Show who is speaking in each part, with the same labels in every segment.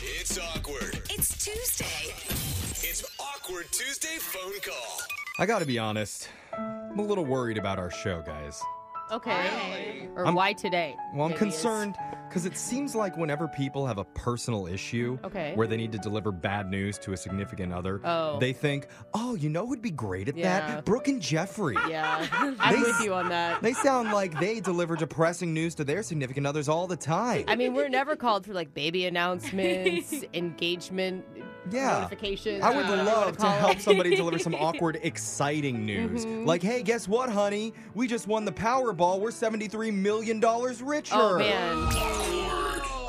Speaker 1: It's awkward.
Speaker 2: It's Tuesday.
Speaker 1: It's awkward Tuesday phone call.
Speaker 3: I gotta be honest. I'm a little worried about our show, guys.
Speaker 4: Okay. Or
Speaker 3: I'm-
Speaker 4: why today?
Speaker 3: Well, I'm
Speaker 4: maybe is-
Speaker 3: concerned because it seems like whenever people have a personal issue
Speaker 4: Okay.
Speaker 3: where they need to deliver bad news to a significant other,
Speaker 4: Oh.
Speaker 3: they think, oh, you know who'd be great at
Speaker 4: Yeah.
Speaker 3: that? Brooke and Jeffrey.
Speaker 4: Yeah. I'm
Speaker 3: They-
Speaker 4: with you on that.
Speaker 3: They sound like they deliver depressing news to their significant others all the time.
Speaker 4: I mean, we're never called for like baby announcements, engagement
Speaker 3: yeah.
Speaker 4: notifications.
Speaker 3: I would
Speaker 4: whatever you wanna
Speaker 3: love to
Speaker 4: call it.
Speaker 3: help somebody deliver some awkward, exciting news.
Speaker 4: Mm-hmm.
Speaker 3: Like, hey, guess what, honey? We just won the Powerball. We're $73 million richer.
Speaker 4: Oh, man.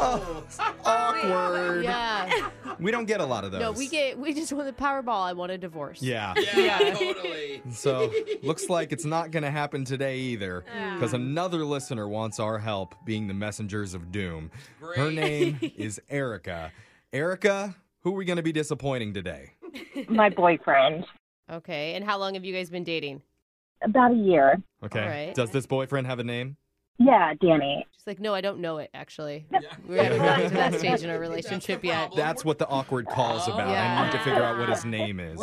Speaker 3: Oh, it's awkward.
Speaker 4: Yeah.
Speaker 3: We don't get a lot of those.
Speaker 4: No, we get, we just won the Powerball. I want a divorce.
Speaker 3: Yeah.
Speaker 4: Yeah.
Speaker 1: totally.
Speaker 3: So looks like it's not going to happen today either, because another listener wants our help being the messengers of doom. Her
Speaker 1: Great.
Speaker 3: name is Erica. Erica, who are we going to be disappointing today?
Speaker 5: my boyfriend
Speaker 4: Okay. And how long have you guys been dating?
Speaker 5: about a year.
Speaker 3: Okay.
Speaker 4: All right.
Speaker 3: Does this boyfriend have a name?
Speaker 5: Yeah, Danny.
Speaker 4: She's like, no, I don't know it actually.
Speaker 1: Yeah.
Speaker 4: We haven't gotten to that stage in our relationship yet.
Speaker 3: That's what the awkward call's
Speaker 1: Oh,
Speaker 3: about. I need to
Speaker 4: yeah.
Speaker 3: figure out what his name is.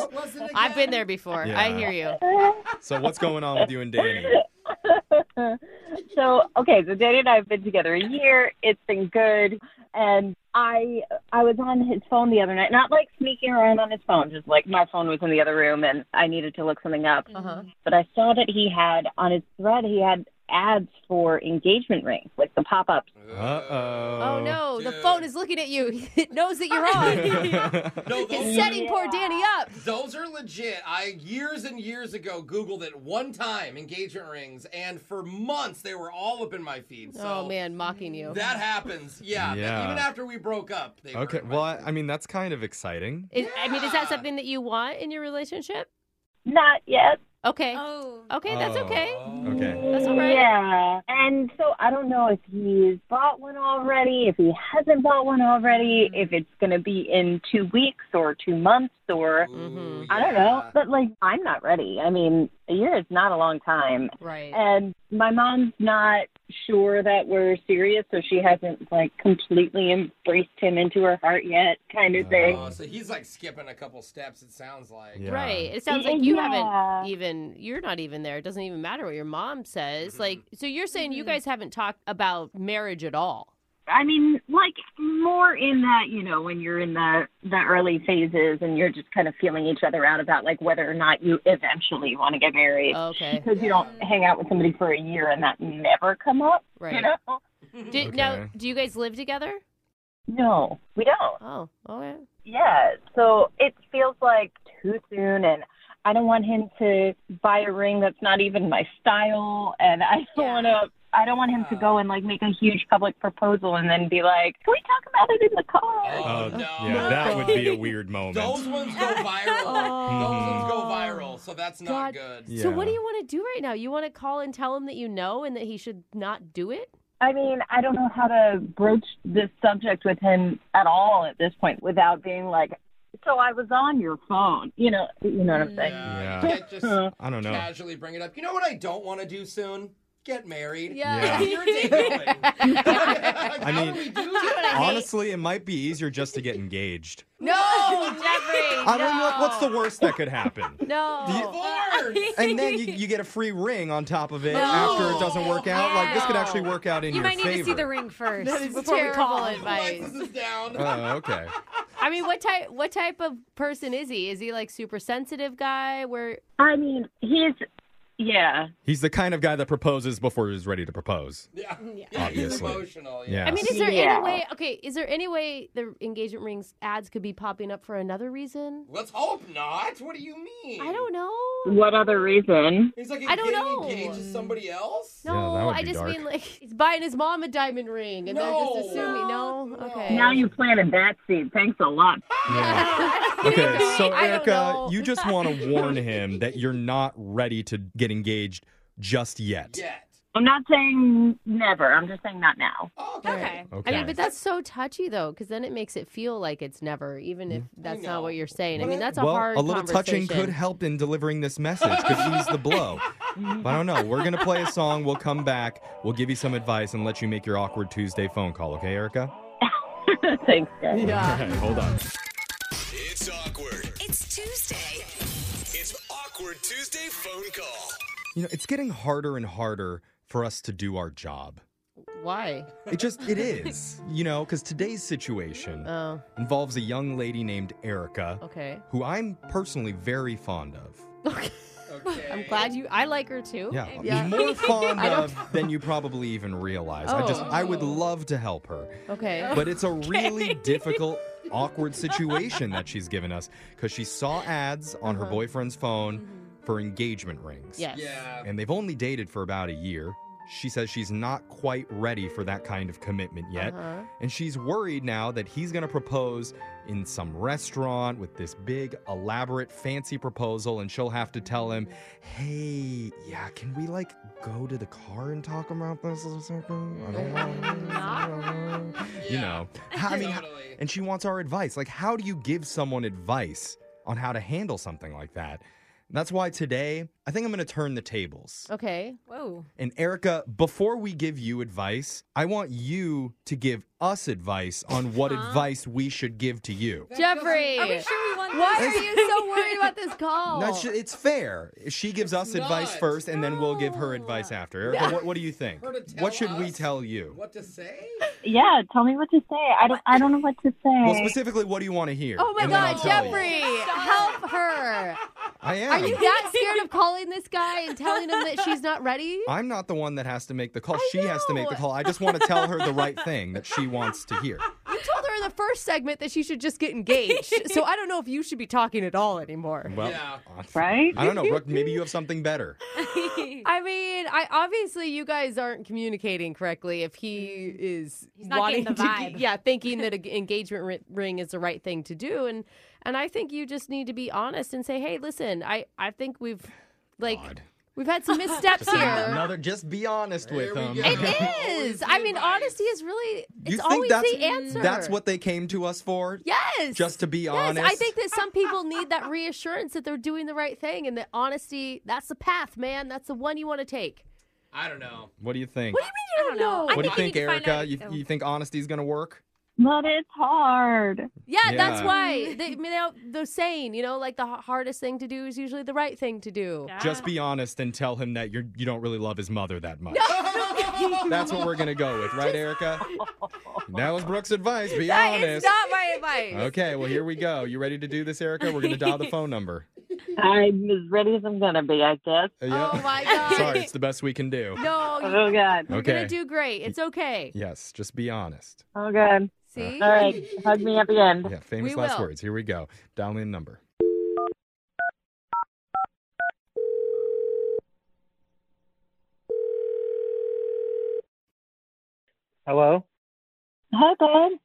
Speaker 4: I've been there before.
Speaker 3: Yeah.
Speaker 4: I hear you.
Speaker 3: So what's going on with you and Danny?
Speaker 5: so, okay, so Danny and I have been together a year. It's been good, and I I was on his phone the other night, not like sneaking around on his phone, just like my phone was in the other room and I needed to look something up.
Speaker 4: Uh-huh.
Speaker 5: But I saw that he had on his thread he had ads for engagement rings, like the pop ups.
Speaker 3: Uh-oh.
Speaker 4: Oh, no, the
Speaker 1: dude.
Speaker 4: phone is looking at you. It knows that you're on.
Speaker 6: No,
Speaker 4: it's
Speaker 6: those,
Speaker 4: setting poor Danny up.
Speaker 6: those are legit. I years and years ago Googled it one time engagement rings, and for months they were all up in my feed. So
Speaker 4: Oh man, mocking you.
Speaker 6: that happens. Yeah, that-
Speaker 3: Yeah.
Speaker 6: even after we broke up. They were
Speaker 3: Okay,
Speaker 6: in my
Speaker 3: well,
Speaker 6: feed.
Speaker 3: I I mean, that's kind of exciting.
Speaker 4: Is- I mean, is that
Speaker 6: Yeah.
Speaker 4: something that you want in your relationship?
Speaker 5: Not yet.
Speaker 4: Okay.
Speaker 2: Oh.
Speaker 4: Okay, that's
Speaker 3: Oh.
Speaker 4: okay.
Speaker 3: Okay.
Speaker 4: That's all right.
Speaker 5: Yeah. And so I don't know if he's bought one already, if he hasn't bought one already, if it's going to be in two weeks or two months or
Speaker 4: Mhm.
Speaker 5: I don't know. But like, I'm not ready. I mean, a year is not a long time.
Speaker 4: Right.
Speaker 5: And my mom's not sure that we're serious, so she hasn't like completely embraced him into her heart yet, kind of thing.
Speaker 6: Oh, so he's like skipping a couple steps. It sounds like.
Speaker 3: Yeah.
Speaker 4: Right. It sounds like you
Speaker 5: Yeah.
Speaker 4: haven't even you're not even there. It doesn't even matter what your mom says. Like so you're saying you guys haven't talked about marriage at all.
Speaker 5: I mean, like more in that, you know, when you're in the the early phases and you're just kind of feeling each other out about like whether or not you eventually want to get married.
Speaker 4: Okay.
Speaker 5: because you don't hang out with somebody for a year and that never come up, you
Speaker 4: Right.
Speaker 5: know?
Speaker 4: Do, Now,
Speaker 3: Okay.
Speaker 4: do you guys live together?
Speaker 5: No, we don't.
Speaker 4: Oh, okay.
Speaker 5: Yeah, so it feels like too soon, and I don't want him to buy a ring that's not even my style, and I don't
Speaker 4: Yeah. Oh.
Speaker 5: want to. I don't want him to go and like make a huge public proposal and then be like, "Can we talk about it in the car?"
Speaker 6: Oh,
Speaker 3: Uh,
Speaker 6: no.
Speaker 3: Yeah, that would be a weird moment.
Speaker 6: Those ones go viral. Those ones go viral. So that's
Speaker 4: Oh. God.
Speaker 6: not good.
Speaker 3: Yeah.
Speaker 4: So what do you want to do right now? You want to call and tell him that you know and that he should not do it?
Speaker 5: I mean, I don't know how to broach this subject with him at all at this point without being like, "So I was on your phone," you know? You know what I'm
Speaker 3: Mm.
Speaker 5: saying?
Speaker 6: Yeah.
Speaker 3: Yeah.
Speaker 6: You can't just
Speaker 3: I don't know.
Speaker 6: casually bring it up. You know what I don't want to do soon? Get married.
Speaker 3: Yeah.
Speaker 6: How's your day going? I
Speaker 3: mean-
Speaker 6: do we do that?
Speaker 3: Honestly, it might be easier just to get engaged.
Speaker 4: No, Jeffrey.
Speaker 3: I mean, look, what's the worst that could happen?
Speaker 4: No.
Speaker 6: Divorce.
Speaker 3: And then you, you get a free ring on top of it
Speaker 4: No.
Speaker 3: after it doesn't work out. Like this could
Speaker 4: Wow.
Speaker 3: actually work out in
Speaker 2: You
Speaker 3: your
Speaker 2: might need
Speaker 3: favor.
Speaker 2: to see the ring first
Speaker 4: That is
Speaker 2: before we call
Speaker 4: terrible
Speaker 2: him.
Speaker 4: advice.
Speaker 6: Alexis is down.
Speaker 3: Oh, okay.
Speaker 4: I mean, what type what type of person is he? Is he like super sensitive guy? Where
Speaker 5: I mean, he's yeah.
Speaker 3: He's the kind of guy that proposes before he's ready to propose.
Speaker 6: yeah. yeah. He's
Speaker 3: Obviously.
Speaker 6: emotional.
Speaker 3: Yeah.
Speaker 4: I mean, is there
Speaker 5: Yeah.
Speaker 4: any way? Okay, is there any way the engagement rings ads could be popping up for another reason?
Speaker 6: Let's hope not. What do you mean?
Speaker 4: I don't know.
Speaker 5: What other reason?
Speaker 6: He's like,
Speaker 4: I don't
Speaker 6: getting
Speaker 4: know.
Speaker 6: engaged to somebody else?
Speaker 3: Yeah,
Speaker 4: No,
Speaker 3: that would
Speaker 4: I
Speaker 3: be
Speaker 4: just
Speaker 3: dark.
Speaker 4: mean like he's buying his mom a diamond ring, and they're
Speaker 6: No.
Speaker 4: just assuming. No,
Speaker 6: No.
Speaker 4: okay.
Speaker 5: Now you planted that seed. Thanks a lot.
Speaker 3: Okay, so
Speaker 4: I don't
Speaker 3: Erica,
Speaker 4: know.
Speaker 3: you just want to warn him that you're not ready to get engaged just yet.
Speaker 6: Yet.
Speaker 5: I'm not saying never. I'm just saying not now.
Speaker 6: Okay.
Speaker 2: Okay.
Speaker 3: Okay.
Speaker 4: I mean, but that's so touchy though, because then it makes it feel like it's never, even if that's not what you're saying. I mean, that's a
Speaker 3: Mm-hmm. well,
Speaker 4: hard.
Speaker 3: a little touching
Speaker 4: conversation.
Speaker 3: could help in delivering this message, could ease the blow. But I don't know. We're going to play a song. We'll come back. We'll give you some advice and let you make your awkward Tuesday phone call, okay, Erica?
Speaker 5: Thanks, guys.
Speaker 7: Okay, hold on.
Speaker 1: It's awkward.
Speaker 2: It's Tuesday.
Speaker 1: It's awkward Tuesday phone call.
Speaker 3: You know, it's getting harder and harder for us to do our job.
Speaker 4: Why?
Speaker 3: It just it is. You know, cuz today's situation
Speaker 4: Oh,
Speaker 3: involves a young lady named Erica
Speaker 4: okay.
Speaker 3: who I'm personally very fond of.
Speaker 6: Okay.
Speaker 4: I'm glad you. I like her too.
Speaker 3: Yeah,
Speaker 7: Yeah.
Speaker 3: more fond
Speaker 4: I don't- Oh.
Speaker 3: of than you probably even realize. I just I would love to help her.
Speaker 4: Okay.
Speaker 3: but it's a really difficult, awkward situation that she's given us because she saw ads on
Speaker 4: Uh-huh.
Speaker 3: her boyfriend's phone
Speaker 4: Mm-hmm.
Speaker 3: for engagement rings.
Speaker 4: Yes.
Speaker 6: Yeah.
Speaker 3: And they've only dated for about a year. She says she's not quite ready for that kind of commitment yet.
Speaker 4: Uh-huh.
Speaker 3: And she's worried now that he's going to propose in some restaurant with this big, elaborate, fancy proposal. And she'll have to tell him, hey, yeah, can we like go to the car and talk about this or something? I don't want to. You
Speaker 6: Yeah.
Speaker 3: know, I mean,
Speaker 6: Totally.
Speaker 3: and she wants our advice. Like, how do you give someone advice on how to handle something like that? That's why today, I think I'm going to turn the
Speaker 6: Oh.
Speaker 3: tables.
Speaker 4: Okay.
Speaker 7: Whoa.
Speaker 3: And Erica, before we give you advice, I want you to give us advice on what advice we should give to you.
Speaker 4: Jeffrey.
Speaker 7: Are we sure we want
Speaker 4: Why
Speaker 7: this?
Speaker 4: are you so worried about this call?
Speaker 3: That's ju- it's fair. She gives us advice
Speaker 6: not.
Speaker 3: first, and then we'll give her advice after. Erica, what, what do you think?
Speaker 6: Her to
Speaker 3: What
Speaker 6: tell
Speaker 3: should we
Speaker 6: us
Speaker 3: tell you?
Speaker 6: What to say?
Speaker 5: Yeah, tell me what to say. I don't. I don't know what to say.
Speaker 3: Well, specifically, what do you want to hear?
Speaker 4: Oh my
Speaker 3: And then I'll
Speaker 4: God,
Speaker 3: tell you.
Speaker 4: Jeffrey, help her.
Speaker 3: I am.
Speaker 4: Are you that scared of calling this guy and telling him that she's not ready?
Speaker 3: I'm not the one that has to make the call. She has to make the call. I just want to tell her the right thing that she wants to hear.
Speaker 4: You told her in the first segment that she should just get engaged. so I don't know if you should be talking at all anymore.
Speaker 3: Well,
Speaker 6: Yeah.
Speaker 5: right?
Speaker 3: I don't know, Brooke. Maybe you have something better.
Speaker 4: I mean, I obviously you guys aren't communicating correctly if he is
Speaker 7: He's not
Speaker 4: wanting
Speaker 7: getting the
Speaker 4: to get-
Speaker 7: vibe.
Speaker 4: yeah, thinking that an engagement ri- ring is the right thing to do and and I think you just need to be honest and say, "Hey, listen, I I think we've like
Speaker 3: God.
Speaker 4: we've had some missteps here."
Speaker 3: Another, just be honest
Speaker 6: There
Speaker 3: with
Speaker 6: we
Speaker 3: them.
Speaker 6: go.
Speaker 4: It is.
Speaker 6: Always
Speaker 4: I mean,
Speaker 6: advice.
Speaker 4: honesty is really it's
Speaker 3: You think
Speaker 4: always
Speaker 3: that's
Speaker 4: the answer.
Speaker 3: that's what they came to us for?
Speaker 4: Yes.
Speaker 3: Just to be
Speaker 4: Yes,
Speaker 3: honest.
Speaker 4: I think that some people need that reassurance that they're doing the right thing and that honesty, that's the path, man. That's the one you want to take.
Speaker 6: I don't know.
Speaker 3: What do you think?
Speaker 4: I don't know.
Speaker 7: I
Speaker 3: What do you
Speaker 7: think
Speaker 3: think,
Speaker 7: we need to find
Speaker 3: Erica?
Speaker 7: out-
Speaker 3: You,
Speaker 7: oh.
Speaker 3: you think honesty's gonna work?
Speaker 5: But it's hard.
Speaker 4: Yeah, that's
Speaker 3: Yeah.
Speaker 4: why. They, you know, the saying, you know, like the h- hardest thing to do is usually the right thing to do.
Speaker 3: Just be honest and tell him that you're you don't really love his mother that much. That's what we're gonna go with, right, Erica? That was Brooke's advice. Be
Speaker 7: That is
Speaker 3: honest.
Speaker 7: not my advice.
Speaker 3: Okay, well here we go. You ready to do this, Erica? We're gonna dial the phone number.
Speaker 5: I'm as ready as I'm gonna be, I guess.
Speaker 3: Uh,
Speaker 4: Oh,
Speaker 3: yeah.
Speaker 4: my God.
Speaker 3: Sorry, it's the best we can do.
Speaker 4: No, you-
Speaker 5: Oh god.
Speaker 4: you're
Speaker 3: Okay.
Speaker 4: going to do great. It's okay.
Speaker 3: Yes, just be honest.
Speaker 5: Oh god.
Speaker 4: See?
Speaker 5: All right, hug me at the end.
Speaker 3: Yeah, famous
Speaker 4: We
Speaker 3: last
Speaker 4: will.
Speaker 3: words. Here we go. Dial in number.
Speaker 8: Hello.
Speaker 5: Hi, bud.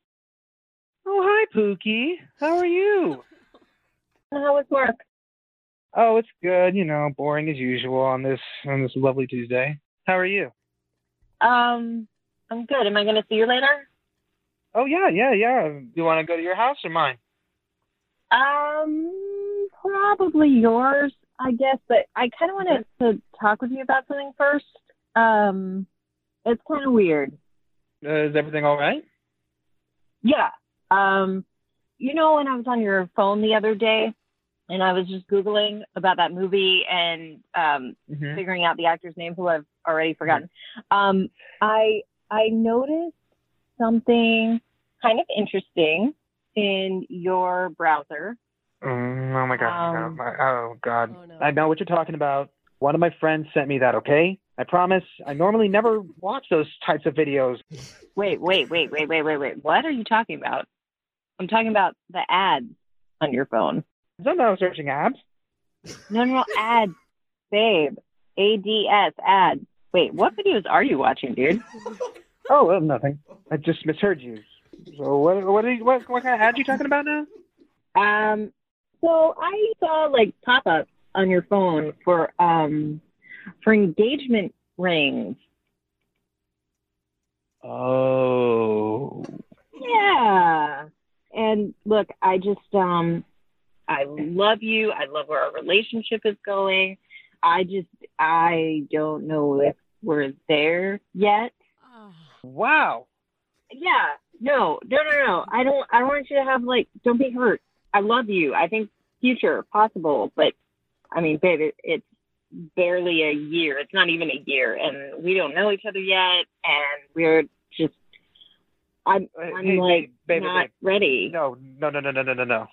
Speaker 8: Oh, hi, Pookie. How are you?
Speaker 5: How was work?
Speaker 8: Oh, it's good. You know, boring as usual on this on this lovely Tuesday. How are you?
Speaker 5: Um, I'm good. Am I gonna see you later?
Speaker 8: Oh yeah, yeah, yeah. You want to go to your house or mine?
Speaker 5: Um, probably yours, I guess. But I kind of wanted to talk with you about something first. Um, it's kind of weird.
Speaker 8: Uh, is everything all right?
Speaker 5: Yeah. Um, you know, when I was on your phone the other day, and I was just googling about that movie and um,
Speaker 8: Mm-hmm.
Speaker 5: figuring out the actor's name who I've already forgotten. Um, I I noticed something kind of interesting in your browser.
Speaker 8: Mm, oh my god.
Speaker 5: Um,
Speaker 8: oh, my- oh god.
Speaker 4: Oh, no.
Speaker 8: I know what you're talking about. One of my friends sent me that. Okay, I promise. I normally never watch those types of videos.
Speaker 5: Wait, wait, wait, wait, wait, wait, wait. What are you talking about? I'm talking about the ads on your phone.
Speaker 8: I don't know searching apps.
Speaker 5: No, no, no ads, babe. ADS ads. Wait, what videos are you watching, dude?
Speaker 8: Oh, well, nothing. I just misheard you. So what? What? Are you, what? What kind of ad you talking about now?
Speaker 5: Um, so I saw like pop ups on your phone for um for engagement rings.
Speaker 8: Oh.
Speaker 5: Yeah. And look, I just um I love you. I love where our relationship is going. I just I don't know if we're there yet.
Speaker 8: Wow.
Speaker 5: Yeah. No, no, no, no. I don't. I want you to have like. Don't be hurt. I love you. I think future possible, but I mean, babe, it, it's barely a year. It's not even a year, and we don't know each other yet, and we're just. I'm. I'm
Speaker 8: Uh, hey,
Speaker 5: like
Speaker 8: babe, babe,
Speaker 5: not
Speaker 8: babe.
Speaker 5: ready.
Speaker 8: No, no, no, no, no, no, no, no.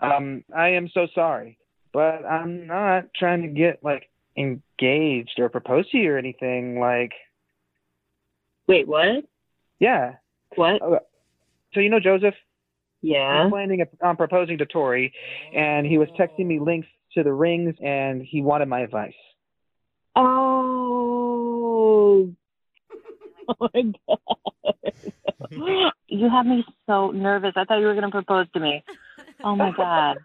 Speaker 8: Um, I am so sorry, but I'm not trying to get like engaged or propose to you or anything. Like,
Speaker 5: Wait, what?
Speaker 8: yeah.
Speaker 5: What?
Speaker 8: So you know Joseph,
Speaker 5: Yeah.
Speaker 8: I'm planning on proposing to Tori, and he was texting me links to the rings, and he wanted my advice.
Speaker 5: Oh. Oh my god. You have me so nervous. I thought you were going to propose to me. Oh my god.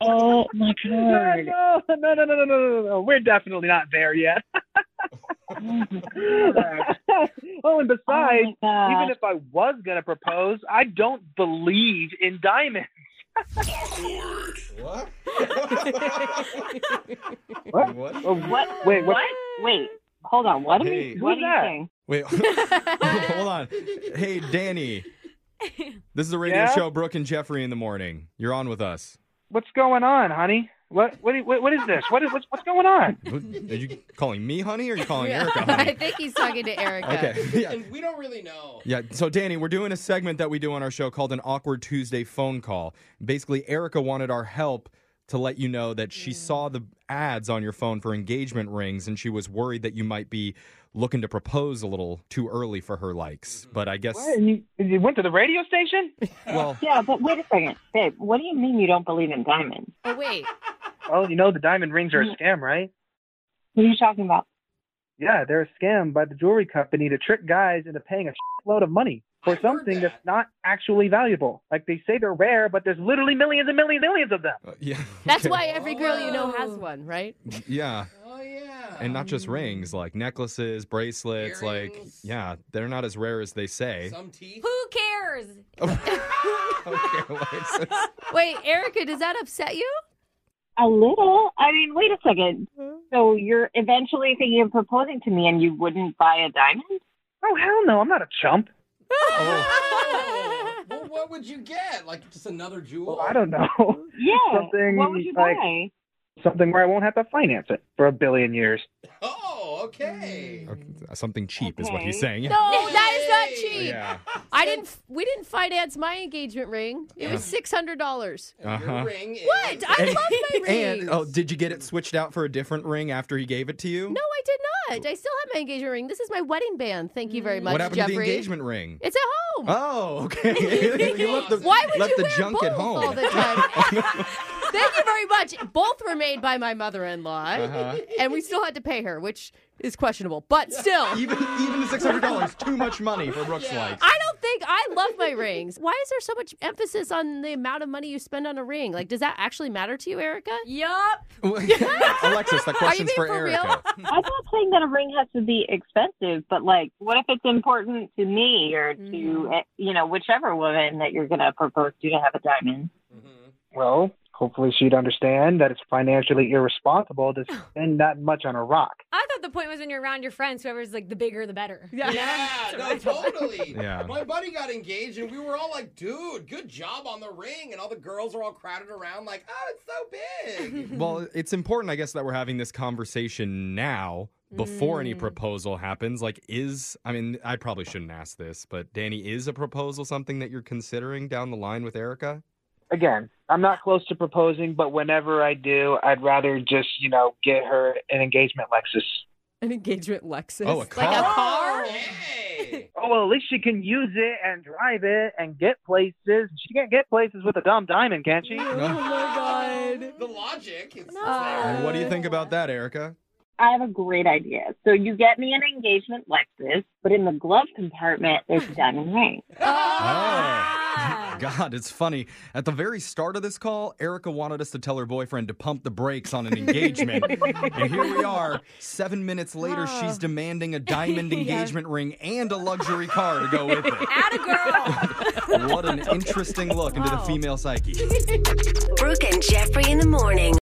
Speaker 5: oh my
Speaker 8: No,
Speaker 5: god.
Speaker 8: no, no, no, no, no, no, no, no. We're definitely not there yet.
Speaker 5: Oh my god.
Speaker 8: oh,
Speaker 5: Oh
Speaker 8: and
Speaker 5: my
Speaker 8: besides, even
Speaker 5: god.
Speaker 8: if I was gonna propose, I don't believe in diamonds.
Speaker 1: Awkward.
Speaker 3: What?
Speaker 8: What?
Speaker 3: What?
Speaker 8: Oh,
Speaker 5: What?
Speaker 8: Wait, what?
Speaker 5: Wait, hold on. What are
Speaker 3: Hey.
Speaker 5: we? What
Speaker 8: Who's
Speaker 5: are
Speaker 8: that?
Speaker 5: you saying?
Speaker 3: Wait, hold on. Hey, Danny. This is a radio
Speaker 8: Yeah?
Speaker 3: show, Brooke and Jeffrey in the morning. You're on with us.
Speaker 8: What's going on, honey? What? What? What, what is this? What is? What's, what's going on?
Speaker 3: Who- Are you calling me honey or are you calling
Speaker 2: Yeah.
Speaker 3: Erica
Speaker 2: I
Speaker 3: honey?
Speaker 2: think he's talking to Erica.
Speaker 3: Okay. Yeah.
Speaker 6: And we don't really know.
Speaker 3: Yeah. So, Danny, we're doing a segment that we do on our show called an Awkward Tuesday Phone Call. Basically, Erica wanted our help to let you know that she saw the ads on your phone for engagement rings and she was worried that you might be looking to propose a little too early for her likes. But I guess,
Speaker 8: What? And you, and you went to the radio station?
Speaker 3: well,
Speaker 5: Yeah, but wait a second. Babe, what do you mean you don't believe in diamonds?
Speaker 2: Oh wait.
Speaker 8: Oh, you know the diamond rings are a scam, right?
Speaker 5: What are you talking about?
Speaker 8: Yeah, they're a scam by the jewelry company to trick guys into paying a load of money
Speaker 6: I
Speaker 8: for
Speaker 6: heard
Speaker 8: something
Speaker 6: that.
Speaker 8: that's not actually valuable. Like they say they're rare, but there's literally millions and millions and millions of them.
Speaker 3: uh, yeah.
Speaker 4: That's
Speaker 3: okay.
Speaker 4: why every girl you know has
Speaker 2: Oh, Whoa.
Speaker 4: one, right?
Speaker 3: Yeah.
Speaker 6: Oh yeah.
Speaker 3: And not just rings, like necklaces, bracelets, like,
Speaker 6: Earrings.
Speaker 3: yeah, they're not as rare as they say.
Speaker 6: some teeth.
Speaker 2: Who cares?
Speaker 3: okay, Alexis.
Speaker 4: Wait, Erica, does that upset you?
Speaker 5: A little. I mean, wait a second. So you're eventually thinking of proposing to me, and you wouldn't buy a diamond?
Speaker 8: Oh hell no, I'm not a chump.
Speaker 6: Oh. well, what would you get? Like just another jewel?
Speaker 8: Well, I don't know.
Speaker 5: Yeah.
Speaker 8: Something
Speaker 5: what would you
Speaker 8: like-
Speaker 5: buy?
Speaker 8: Something where I won't have to finance it for a billion years.
Speaker 6: Oh, okay.
Speaker 3: Okay, Something cheap is what he's
Speaker 5: Okay.
Speaker 3: saying.
Speaker 4: No, that is not
Speaker 6: way.
Speaker 4: cheap.
Speaker 3: Yeah.
Speaker 4: I didn't. We didn't finance my engagement ring. It was six hundred dollars.
Speaker 6: And
Speaker 3: Uh-huh.
Speaker 6: Your ring is
Speaker 4: What? I
Speaker 3: And-
Speaker 4: love my rings.
Speaker 3: And oh, did you get it switched out for a different ring after he gave it to you?
Speaker 4: no, I did not. I still have my engagement ring. This is my wedding band. Thank you very much,
Speaker 3: Mm. What happened
Speaker 4: Jeffrey.
Speaker 3: to the engagement ring?
Speaker 4: It's at home.
Speaker 3: Oh, okay. you left the
Speaker 4: Why would
Speaker 3: left
Speaker 4: you
Speaker 3: the
Speaker 4: wear
Speaker 3: junk
Speaker 4: both
Speaker 3: at home.
Speaker 4: all the time? Thank you very much. Both were made by my mother-in-law,
Speaker 3: Uh-huh.
Speaker 4: and we still had to pay her, which is questionable. But still,
Speaker 3: even even the six hundred dollars, too much money for Brooks
Speaker 6: Yeah.
Speaker 3: likes.
Speaker 4: I don't think I love my rings. Why is there so much emphasis on the amount of money you spend on a ring? Like, does that actually matter to you, Erica?
Speaker 2: Yup.
Speaker 3: Alexis, that question's
Speaker 4: being
Speaker 3: for,
Speaker 4: for real?
Speaker 3: Erica.
Speaker 5: I'm not saying that a ring has to be expensive, but like, what if it's important to me or to uh, you know whichever woman that you're going to propose to to have a diamond?
Speaker 6: Mhm.
Speaker 8: Well, hopefully she'd understand that it's financially irresponsible to spend that much on a rock.
Speaker 2: I thought the point was when you're around your friends, whoever's like the bigger the better.
Speaker 6: Yeah, no, totally.
Speaker 3: Yeah.
Speaker 6: My buddy got engaged, and we were all like, "Dude, good job on the ring!" And all the girls are all crowded around, like, "Oh, it's so big."
Speaker 3: Well, it's important, I guess, that we're having this conversation now before any
Speaker 4: Mm.
Speaker 3: proposal happens. Like, is, I mean, I probably shouldn't ask this, but Danny, is a proposal something that you're considering down the line with Erica?
Speaker 8: Again, I'm not close to proposing, but whenever I do, I'd rather just, you know, get her an engagement Lexus.
Speaker 4: An engagement Lexus.
Speaker 3: Oh, a
Speaker 4: Like a
Speaker 3: car.
Speaker 4: car?
Speaker 6: Hey.
Speaker 8: Oh, well, at least she can use it and drive it and get places. She can't get places with a dumb diamond, can she?
Speaker 2: oh
Speaker 4: God.
Speaker 6: The logic is
Speaker 3: And what do you think about that, Erica?
Speaker 5: I have a great idea. So you get me an engagement Lexus, but in the glove compartment there's a diamond ring.
Speaker 3: Oh. God, it's funny. At the very start of this call, Erica wanted us to tell her boyfriend to pump the brakes on an engagement. and here we are, seven minutes later,
Speaker 2: Oh.
Speaker 3: she's demanding a diamond engagement ring and a luxury car to go with it.
Speaker 2: At a girl.
Speaker 3: What an interesting look into the
Speaker 2: Wow.
Speaker 3: female psyche.
Speaker 2: Brooke and
Speaker 9: Jeffrey in the morning.